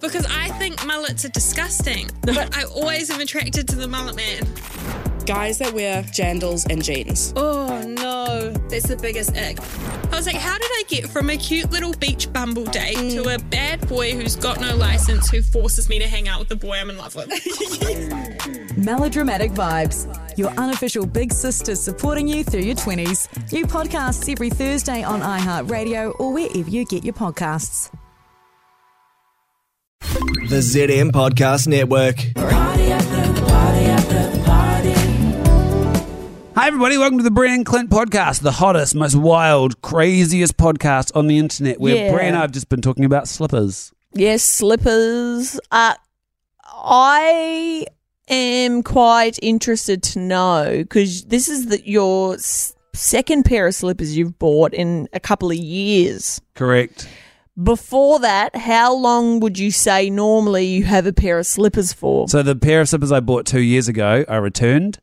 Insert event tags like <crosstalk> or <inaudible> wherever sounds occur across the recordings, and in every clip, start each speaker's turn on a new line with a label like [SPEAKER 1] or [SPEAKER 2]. [SPEAKER 1] because I think mullets are disgusting, but I always am attracted to the mullet man.
[SPEAKER 2] Guys that wear jandals and jeans.
[SPEAKER 1] Oh no, that's the biggest ick. I was like, how did I get from a cute little beach bumble date to a bad boy who's got no license who forces me to hang out with the boy I'm in love with? <laughs>
[SPEAKER 3] Melodramatic Vibes, your unofficial big sister supporting you through your 20s. New podcasts every Thursday on iHeartRadio or wherever you get your podcasts.
[SPEAKER 4] The ZM Podcast Network.
[SPEAKER 5] Hi, everybody. Welcome to the Bran and Clint podcast, the hottest, most wild, craziest podcast on the internet where
[SPEAKER 6] Yeah.
[SPEAKER 5] Bran and I have just been talking about slippers.
[SPEAKER 6] Yes, slippers. Uh, I am quite interested to know because this is the, your s- second pair of slippers you've bought in a couple of years.
[SPEAKER 5] Correct.
[SPEAKER 6] Before that, how long would you say normally you have a pair of slippers for?
[SPEAKER 5] So, the pair of slippers I bought two years ago, I returned.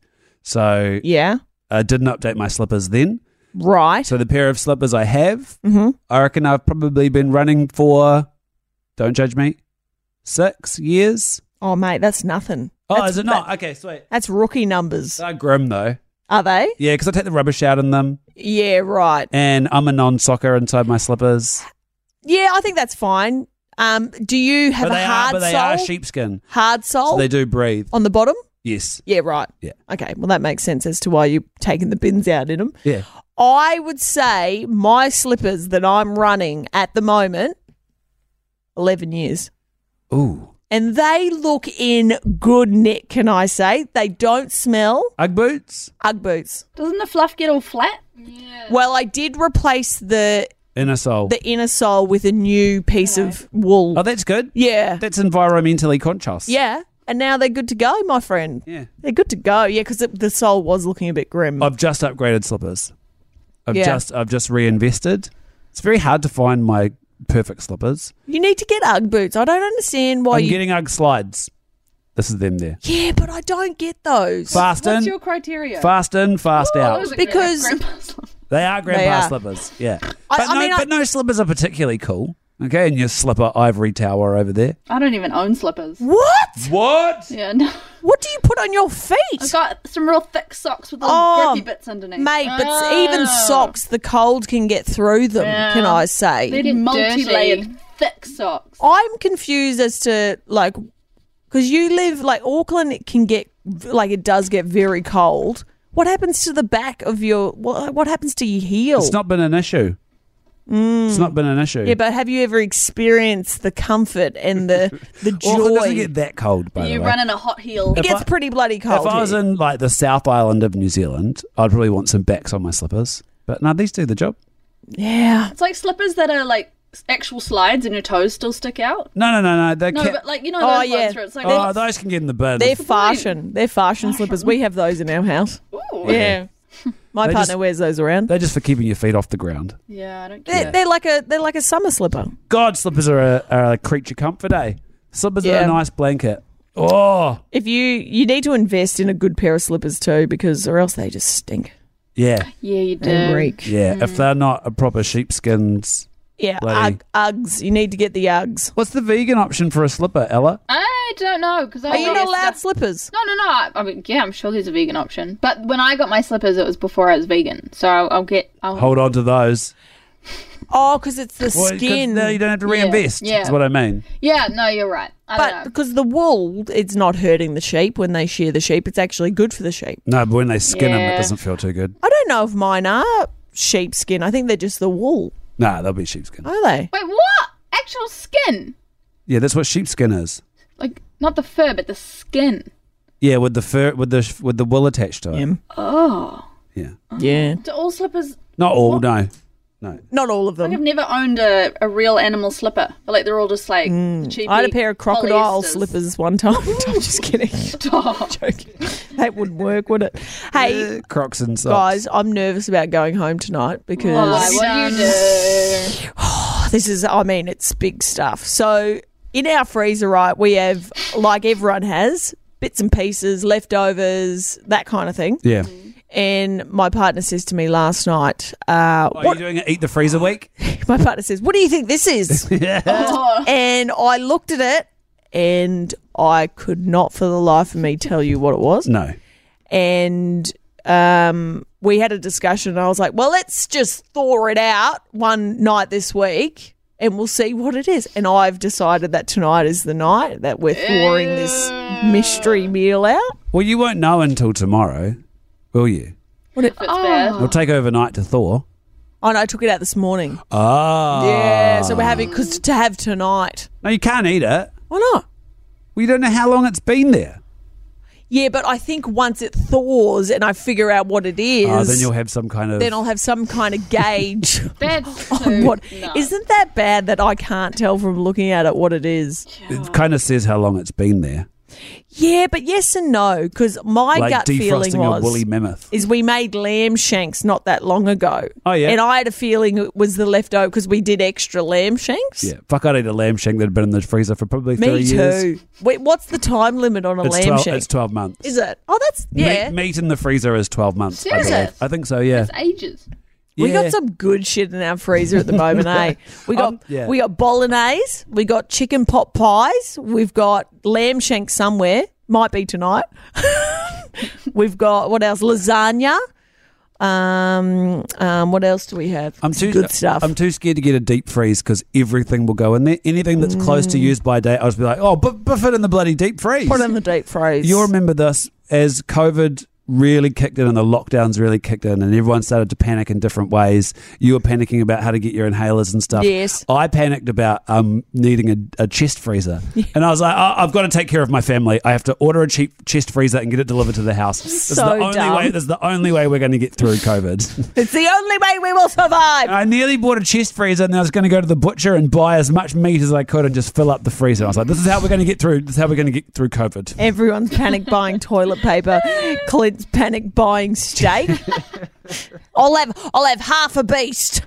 [SPEAKER 5] So,
[SPEAKER 6] yeah,
[SPEAKER 5] I didn't update my slippers then.
[SPEAKER 6] right.
[SPEAKER 5] So, the pair of slippers I have,
[SPEAKER 6] hmm
[SPEAKER 5] I reckon I've probably been running for, don't judge me, six years.
[SPEAKER 6] Oh, mate, that's nothing.
[SPEAKER 5] Oh,
[SPEAKER 6] That's-
[SPEAKER 5] is it not? okay, sweet.
[SPEAKER 6] That's rookie numbers,
[SPEAKER 5] They're grim, though.
[SPEAKER 6] are they?
[SPEAKER 5] Yeah, because I take the rubbish out in them,
[SPEAKER 6] Yeah, right.
[SPEAKER 5] and I'm a non socker inside my slippers.
[SPEAKER 6] Yeah, I think that's fine. Um, do you have
[SPEAKER 5] but
[SPEAKER 6] a
[SPEAKER 5] they
[SPEAKER 6] hard
[SPEAKER 5] are, but they
[SPEAKER 6] sole?
[SPEAKER 5] are sheepskin.
[SPEAKER 6] Hard sole
[SPEAKER 5] So they do breathe.
[SPEAKER 6] on the bottom?
[SPEAKER 5] Yes.
[SPEAKER 6] Yeah, right.
[SPEAKER 5] Yeah.
[SPEAKER 6] Okay. Well, that makes sense as to why you're taking the bins out in them.
[SPEAKER 5] Yeah.
[SPEAKER 6] I would say my slippers that I'm running at the moment, 11 years.
[SPEAKER 5] Ooh.
[SPEAKER 6] And they look in good nick, can I say? They don't smell.
[SPEAKER 5] Ugg boots
[SPEAKER 6] Ugg boots.
[SPEAKER 7] Doesn't the fluff get all flat?
[SPEAKER 6] Well, I did replace the
[SPEAKER 5] inner sole.
[SPEAKER 6] the inner sole with a new piece of wool.
[SPEAKER 5] oh, that's good.
[SPEAKER 6] yeah.
[SPEAKER 5] That's environmentally conscious.
[SPEAKER 6] Yeah. And now they're good to go, my friend.
[SPEAKER 5] Yeah.
[SPEAKER 6] They're good to go. Yeah, because the sole was looking a bit grim.
[SPEAKER 5] I've just upgraded slippers. I've
[SPEAKER 6] Yeah.
[SPEAKER 5] just I've just reinvested. It's very hard to find my perfect slippers.
[SPEAKER 6] you need to get Ugg boots. I don't understand why
[SPEAKER 5] I'm
[SPEAKER 6] you
[SPEAKER 5] getting Ugg slides. This is them there.
[SPEAKER 6] Yeah, but I don't get those.
[SPEAKER 5] Fast in,
[SPEAKER 7] What's your <laughs> criteria?
[SPEAKER 5] fast in, fast out.
[SPEAKER 7] Those are great.
[SPEAKER 6] Because-
[SPEAKER 7] Grandpa's love.
[SPEAKER 5] They are grandpa
[SPEAKER 6] They are.
[SPEAKER 5] slippers. Yeah.
[SPEAKER 6] I-
[SPEAKER 5] But,
[SPEAKER 6] I
[SPEAKER 5] no,
[SPEAKER 6] mean, I-
[SPEAKER 5] but no slippers are particularly cool. Okay, and your slipper ivory tower over there.
[SPEAKER 7] I don't even own slippers.
[SPEAKER 6] What?
[SPEAKER 5] What?
[SPEAKER 7] Yeah, no.
[SPEAKER 6] What do you put on your feet?
[SPEAKER 7] I've got some real thick socks with little
[SPEAKER 6] Oh,
[SPEAKER 7] grippy bits underneath.
[SPEAKER 6] Mate, but s-
[SPEAKER 7] Oh.
[SPEAKER 6] even socks, the cold can get through them, can I say?
[SPEAKER 7] They're
[SPEAKER 8] Get
[SPEAKER 7] multi-layered thick socks.
[SPEAKER 6] I'm confused as to, like, because you live, like, Auckland it can get, like, it does get very cold. What happens to the back of your, what, what happens to your heel?
[SPEAKER 5] It's not been an issue. It's not been an issue.
[SPEAKER 6] yeah, but have you ever experienced the comfort and the, the
[SPEAKER 5] <laughs> Auckland doesn't
[SPEAKER 6] joy?
[SPEAKER 5] get that cold, by
[SPEAKER 7] You
[SPEAKER 5] the way.
[SPEAKER 7] run in a hot heel.
[SPEAKER 6] it
[SPEAKER 5] If
[SPEAKER 6] gets
[SPEAKER 5] I-
[SPEAKER 6] pretty bloody
[SPEAKER 5] if
[SPEAKER 6] cold.
[SPEAKER 5] I was
[SPEAKER 6] here.
[SPEAKER 5] in like the South Island of New Zealand, I'd probably want some backs on my slippers. But no, these do the job.
[SPEAKER 6] yeah.
[SPEAKER 7] It's like slippers that are like s- actual slides and your toes still stick out.
[SPEAKER 5] No, no, no, no. They
[SPEAKER 7] No,
[SPEAKER 5] ca-
[SPEAKER 7] but like you know those
[SPEAKER 6] Oh,
[SPEAKER 7] ones
[SPEAKER 6] yeah.
[SPEAKER 7] where it's like
[SPEAKER 5] oh, those can get in the bin.
[SPEAKER 6] They're fashion. They're fashion slippers. We have those in our house.
[SPEAKER 7] Ooh.
[SPEAKER 6] Yeah. <laughs> My
[SPEAKER 5] They
[SPEAKER 6] partner
[SPEAKER 5] just-
[SPEAKER 6] wears those around.
[SPEAKER 5] They're just for keeping your feet off the ground.
[SPEAKER 7] Yeah, I don't
[SPEAKER 6] They're,
[SPEAKER 7] get it.
[SPEAKER 6] they're like a they're like a summer slipper.
[SPEAKER 5] God, slippers are a, are a creature comfort, eh? Slippers are
[SPEAKER 6] Yeah.
[SPEAKER 5] a nice blanket. Oh,
[SPEAKER 6] If you you need to invest in a good pair of slippers too, because or else they just stink.
[SPEAKER 5] yeah,
[SPEAKER 7] Yeah, you do.
[SPEAKER 6] They reek.
[SPEAKER 5] yeah. If they're not a proper sheepskins,
[SPEAKER 6] Yeah,
[SPEAKER 5] Bloody-
[SPEAKER 6] ugg, Uggs. You need to get the Uggs.
[SPEAKER 5] what's the vegan option for a slipper, Ella?
[SPEAKER 8] I don't know because
[SPEAKER 6] Are you not allowed
[SPEAKER 8] Stuff.
[SPEAKER 6] slippers?
[SPEAKER 8] No, no, no. I, I mean, yeah, I'm sure there's a vegan option, but when I got my slippers, it was before I was vegan, so I'll, I'll get. I'll,
[SPEAKER 5] Hold on to those.
[SPEAKER 6] Oh, because it's the
[SPEAKER 5] Well, 'cause
[SPEAKER 6] skin.
[SPEAKER 5] No, you don't have to reinvest.
[SPEAKER 8] yeah.
[SPEAKER 5] That's what I mean.
[SPEAKER 8] Yeah, no, you're right. I
[SPEAKER 6] but
[SPEAKER 8] don't know.
[SPEAKER 6] because the wool, it's not hurting the sheep when they shear the sheep. It's actually good for the sheep.
[SPEAKER 5] No, but when they skin them, it
[SPEAKER 8] Yeah.
[SPEAKER 5] doesn't feel too good.
[SPEAKER 6] I don't know if mine are sheepskin. I think they're just the wool.
[SPEAKER 5] Nah, they'll be sheepskin.
[SPEAKER 6] Are they?
[SPEAKER 8] Wait, what? Actual skin?
[SPEAKER 5] Yeah, that's what sheepskin is.
[SPEAKER 8] Like not the fur, but the skin.
[SPEAKER 5] Yeah, with the fur, with the with the wool attached to it.
[SPEAKER 6] Yeah.
[SPEAKER 8] Oh,
[SPEAKER 5] Yeah,
[SPEAKER 6] Yeah.
[SPEAKER 7] Do all slippers?
[SPEAKER 5] not all. No, no.
[SPEAKER 6] Not all of them.
[SPEAKER 7] Like I've never owned a, a real animal slipper, but like they're all just like cheapy
[SPEAKER 6] Mm. I had a pair of crocodile
[SPEAKER 7] polyesters.
[SPEAKER 8] <laughs>
[SPEAKER 6] slippers one time. <laughs> I'm
[SPEAKER 7] <laughs>
[SPEAKER 6] just kidding.
[SPEAKER 8] Oh,
[SPEAKER 7] Stop.
[SPEAKER 6] Joking. That wouldn't work, would it? Hey,
[SPEAKER 5] Eh, Crocs and socks.
[SPEAKER 6] guys, I'm nervous about going home tonight
[SPEAKER 7] Oh, Why,
[SPEAKER 6] because
[SPEAKER 7] what do you do?
[SPEAKER 6] this is, I mean, it's big stuff. So, in our freezer, right, we have, like everyone has, bits and pieces, leftovers, that kind of thing.
[SPEAKER 5] Yeah.
[SPEAKER 6] And my partner says to me last night, uh,
[SPEAKER 7] Oh,
[SPEAKER 5] Are you
[SPEAKER 6] what,
[SPEAKER 5] doing an eat the freezer week?
[SPEAKER 6] <laughs> my partner says, What do you think this is?
[SPEAKER 5] yeah.
[SPEAKER 6] and I looked at it and I could not for the life of me tell you what it was.
[SPEAKER 5] No.
[SPEAKER 6] And um, we had a discussion, and I was like, well, let's just thaw it out one night this week and we'll see what it is. And I've decided that tonight is the night that we're thawing this mystery meal out.
[SPEAKER 5] Well, you won't know until tomorrow, will you?
[SPEAKER 7] If it's bad.
[SPEAKER 5] It'll take overnight to thaw.
[SPEAKER 6] Oh, no, I took it out this morning.
[SPEAKER 5] Ah.
[SPEAKER 6] Yeah, so we're having, because to have tonight.
[SPEAKER 5] No, you can't eat it.
[SPEAKER 6] Why not?
[SPEAKER 5] We don't know how long it's been there.
[SPEAKER 6] Yeah, but I think once it thaws and I figure out what it is,
[SPEAKER 5] Ah, then you'll have some kind of.
[SPEAKER 6] then I'll have some kind of
[SPEAKER 5] <laughs>
[SPEAKER 6] gauge <laughs>
[SPEAKER 8] Bad
[SPEAKER 6] on
[SPEAKER 8] food.
[SPEAKER 6] Oh, what.
[SPEAKER 8] No.
[SPEAKER 6] Isn't that bad that I can't tell from looking at it what it is?
[SPEAKER 5] it kind of says how long it's been there.
[SPEAKER 6] Yeah, but yes and no, because my
[SPEAKER 5] like
[SPEAKER 6] gut
[SPEAKER 5] defrosting
[SPEAKER 6] feeling was
[SPEAKER 5] a woolly mammoth.
[SPEAKER 6] is we made lamb shanks not that long ago.
[SPEAKER 5] Oh, yeah.
[SPEAKER 6] and I had a feeling it was the leftover because we did extra lamb shanks.
[SPEAKER 5] Yeah, fuck! I'd eat a lamb shank that had been in the freezer for probably
[SPEAKER 6] me
[SPEAKER 5] thirty
[SPEAKER 6] too.
[SPEAKER 5] years.
[SPEAKER 6] Wait, what's the time limit on a
[SPEAKER 5] It's
[SPEAKER 6] lamb
[SPEAKER 5] twelve.
[SPEAKER 6] shank?
[SPEAKER 5] It's twelve months.
[SPEAKER 6] Is it? Oh, that's yeah.
[SPEAKER 5] Meat, meat in the freezer is twelve months. I
[SPEAKER 8] Serious?
[SPEAKER 5] believe. I think so. Yeah.
[SPEAKER 8] It's ages.
[SPEAKER 6] We
[SPEAKER 5] Yeah.
[SPEAKER 6] got some good shit in our freezer at
[SPEAKER 5] <laughs>
[SPEAKER 6] the moment, eh? We got
[SPEAKER 5] Um, yeah.
[SPEAKER 6] we got bolognese, we got chicken pot pies, we've got lamb shank somewhere, might be tonight. <laughs> we've got what else? Lasagna. Um, um, what else do we have?
[SPEAKER 5] I'm
[SPEAKER 6] Some
[SPEAKER 5] too
[SPEAKER 6] good stuff.
[SPEAKER 5] I'm too scared to get a deep freeze because everything will go in there. Anything that's close to use by date, I'll just be like, oh, but buff it in the bloody deep freeze.
[SPEAKER 6] Mm. Put it in the deep freeze.
[SPEAKER 5] You'll remember this as COVID really kicked in and the lockdowns really kicked in and everyone started to panic in different ways. You were panicking about how to get your inhalers and stuff.
[SPEAKER 6] Yes.
[SPEAKER 5] I panicked about um, needing a, a chest
[SPEAKER 6] <laughs>
[SPEAKER 5] freezer. And I was like, oh, I've got to take care of my family. I have to order a cheap chest freezer and get it delivered to the house. This is
[SPEAKER 6] So
[SPEAKER 5] the only
[SPEAKER 6] dumb.
[SPEAKER 5] way this is the only way we're going to get through COVID. <laughs>
[SPEAKER 6] it's the only way we will survive.
[SPEAKER 5] I nearly bought a chest freezer and I was going to go to the butcher and buy as much meat as I could and just fill up the freezer. I was like, this is how we're going to get through this is how we're going to get through COVID.
[SPEAKER 6] Eh. Everyone's panic buying toilet paper. Clint's panic buying steak. I'll have I'll have half a beast.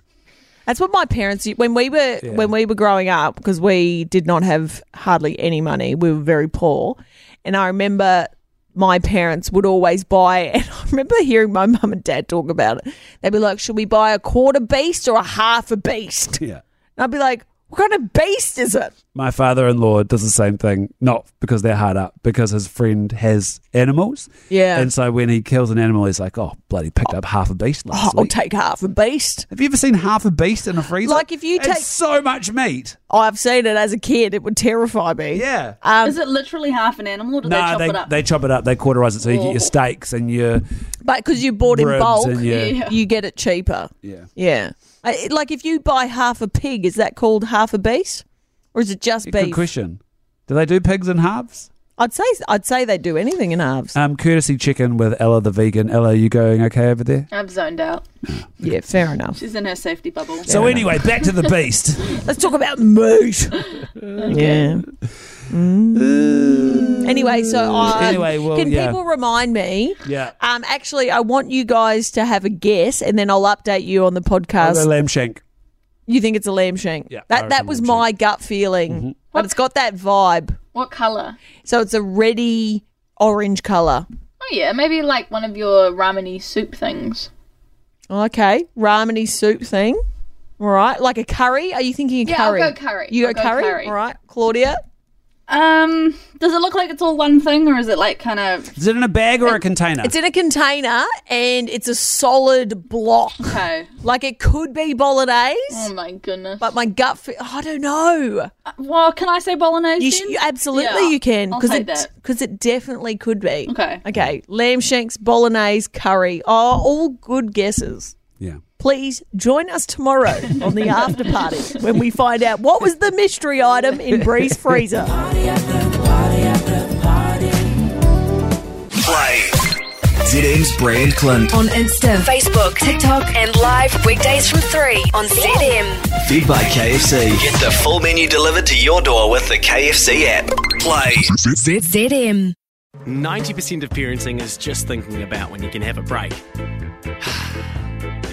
[SPEAKER 6] That's what my parents u- when we were
[SPEAKER 5] Yeah.
[SPEAKER 6] when we were growing up because we did not have hardly any money. We were very poor, and I remember my parents would always buy. <laughs> And I remember hearing my mum and dad talk about it. They'd be like, "Should we buy a quarter beast or a half a beast?"
[SPEAKER 5] Yeah.
[SPEAKER 6] And I'd be like, "What kind of beast is it?"
[SPEAKER 5] My father in law does the same thing, not because they're hard up, because his friend has animals.
[SPEAKER 6] Yeah.
[SPEAKER 5] And so when he kills an animal, he's like, oh, bloody picked up half a beast
[SPEAKER 6] Oh,
[SPEAKER 5] last
[SPEAKER 6] I'll
[SPEAKER 5] week.
[SPEAKER 6] take half a beast.
[SPEAKER 5] Have you ever seen half a beast in a freezer?
[SPEAKER 6] Like if you
[SPEAKER 5] It's
[SPEAKER 6] take-
[SPEAKER 5] so much meat.
[SPEAKER 6] Oh, I've seen it as a kid. It would terrify me.
[SPEAKER 5] Yeah.
[SPEAKER 6] Um,
[SPEAKER 7] Is it literally half an animal? Or do
[SPEAKER 5] no,
[SPEAKER 7] they chop
[SPEAKER 5] they,
[SPEAKER 7] it up?
[SPEAKER 5] they chop it up, they cauterize it. So you get your
[SPEAKER 7] Oh.
[SPEAKER 5] steaks and your.
[SPEAKER 6] But because you bought in
[SPEAKER 5] Ribs
[SPEAKER 6] bulk,
[SPEAKER 5] and your- Yeah.
[SPEAKER 6] you get it cheaper.
[SPEAKER 5] Yeah.
[SPEAKER 6] Yeah. I- it- Like if you buy half a pig, is that called half a beast? Or is it just
[SPEAKER 5] Good
[SPEAKER 6] beef?
[SPEAKER 5] question. Do they do pigs in halves?
[SPEAKER 6] I'd say I'd say they do anything in halves.
[SPEAKER 5] Um, courtesy chicken with Ella the vegan. Ella, are you going okay over there?
[SPEAKER 8] I've zoned out.
[SPEAKER 6] yeah, fair enough.
[SPEAKER 8] She's in her safety bubble.
[SPEAKER 5] so anyway, back
[SPEAKER 6] <laughs>
[SPEAKER 5] to the beast.
[SPEAKER 6] Let's talk about meat. Yeah. Mm. Anyway, so um,
[SPEAKER 5] Anyway, well,
[SPEAKER 6] can
[SPEAKER 5] yeah.
[SPEAKER 6] people remind me?
[SPEAKER 5] yeah.
[SPEAKER 6] Um, actually, I want you guys to have a guess, and then I'll update you on the
[SPEAKER 5] I'll
[SPEAKER 6] podcast.
[SPEAKER 5] go lamb shank.
[SPEAKER 6] You think it's a lamb shank?
[SPEAKER 5] Yeah, I
[SPEAKER 6] That
[SPEAKER 5] reckon
[SPEAKER 6] that was
[SPEAKER 5] lamb
[SPEAKER 6] my gut feeling,
[SPEAKER 5] Mm-hmm.
[SPEAKER 6] but it's got that vibe.
[SPEAKER 8] What colour?
[SPEAKER 6] So it's a reddy orange color.
[SPEAKER 8] Oh yeah, maybe like one of your rameny soup things.
[SPEAKER 6] Okay, rameny soup thing. All right, like a curry. Are you thinking a
[SPEAKER 8] Yeah, I'll
[SPEAKER 6] curry?
[SPEAKER 8] go curry.
[SPEAKER 6] You go
[SPEAKER 8] I'll go
[SPEAKER 6] curry?
[SPEAKER 8] curry.
[SPEAKER 6] All right, Claudia.
[SPEAKER 8] Um, does it look like it's all one thing, or is it like kind of
[SPEAKER 5] Is it in a bag or a container?
[SPEAKER 6] It's in a container and it's a solid block.
[SPEAKER 8] okay?
[SPEAKER 6] Like it could be bolognese,
[SPEAKER 8] Oh my goodness.
[SPEAKER 6] but my gut. Fe- I don't know.
[SPEAKER 8] well, can I say bolognese?
[SPEAKER 6] You, sh-
[SPEAKER 8] then?
[SPEAKER 6] you absolutely
[SPEAKER 8] Yeah,
[SPEAKER 6] you can
[SPEAKER 8] I'll
[SPEAKER 6] because
[SPEAKER 8] take
[SPEAKER 6] it
[SPEAKER 8] that.
[SPEAKER 6] because it definitely could be.
[SPEAKER 8] Okay.
[SPEAKER 6] Okay. Lamb shanks, bolognese, curry are all good guesses.
[SPEAKER 5] yeah.
[SPEAKER 6] Please join us tomorrow on the after party when we find out what was the mystery item in Bree's freezer.
[SPEAKER 9] Play.
[SPEAKER 4] ZM's Brand Clint.
[SPEAKER 10] On Insta, Facebook, TikTok, and live weekdays from 3 on ZM.
[SPEAKER 4] Fed by KFC.
[SPEAKER 9] Get the full menu delivered to your door with the KFC app. Play.
[SPEAKER 10] ZM.
[SPEAKER 11] 90% of parenting is just thinking about when you can have a break. <sighs>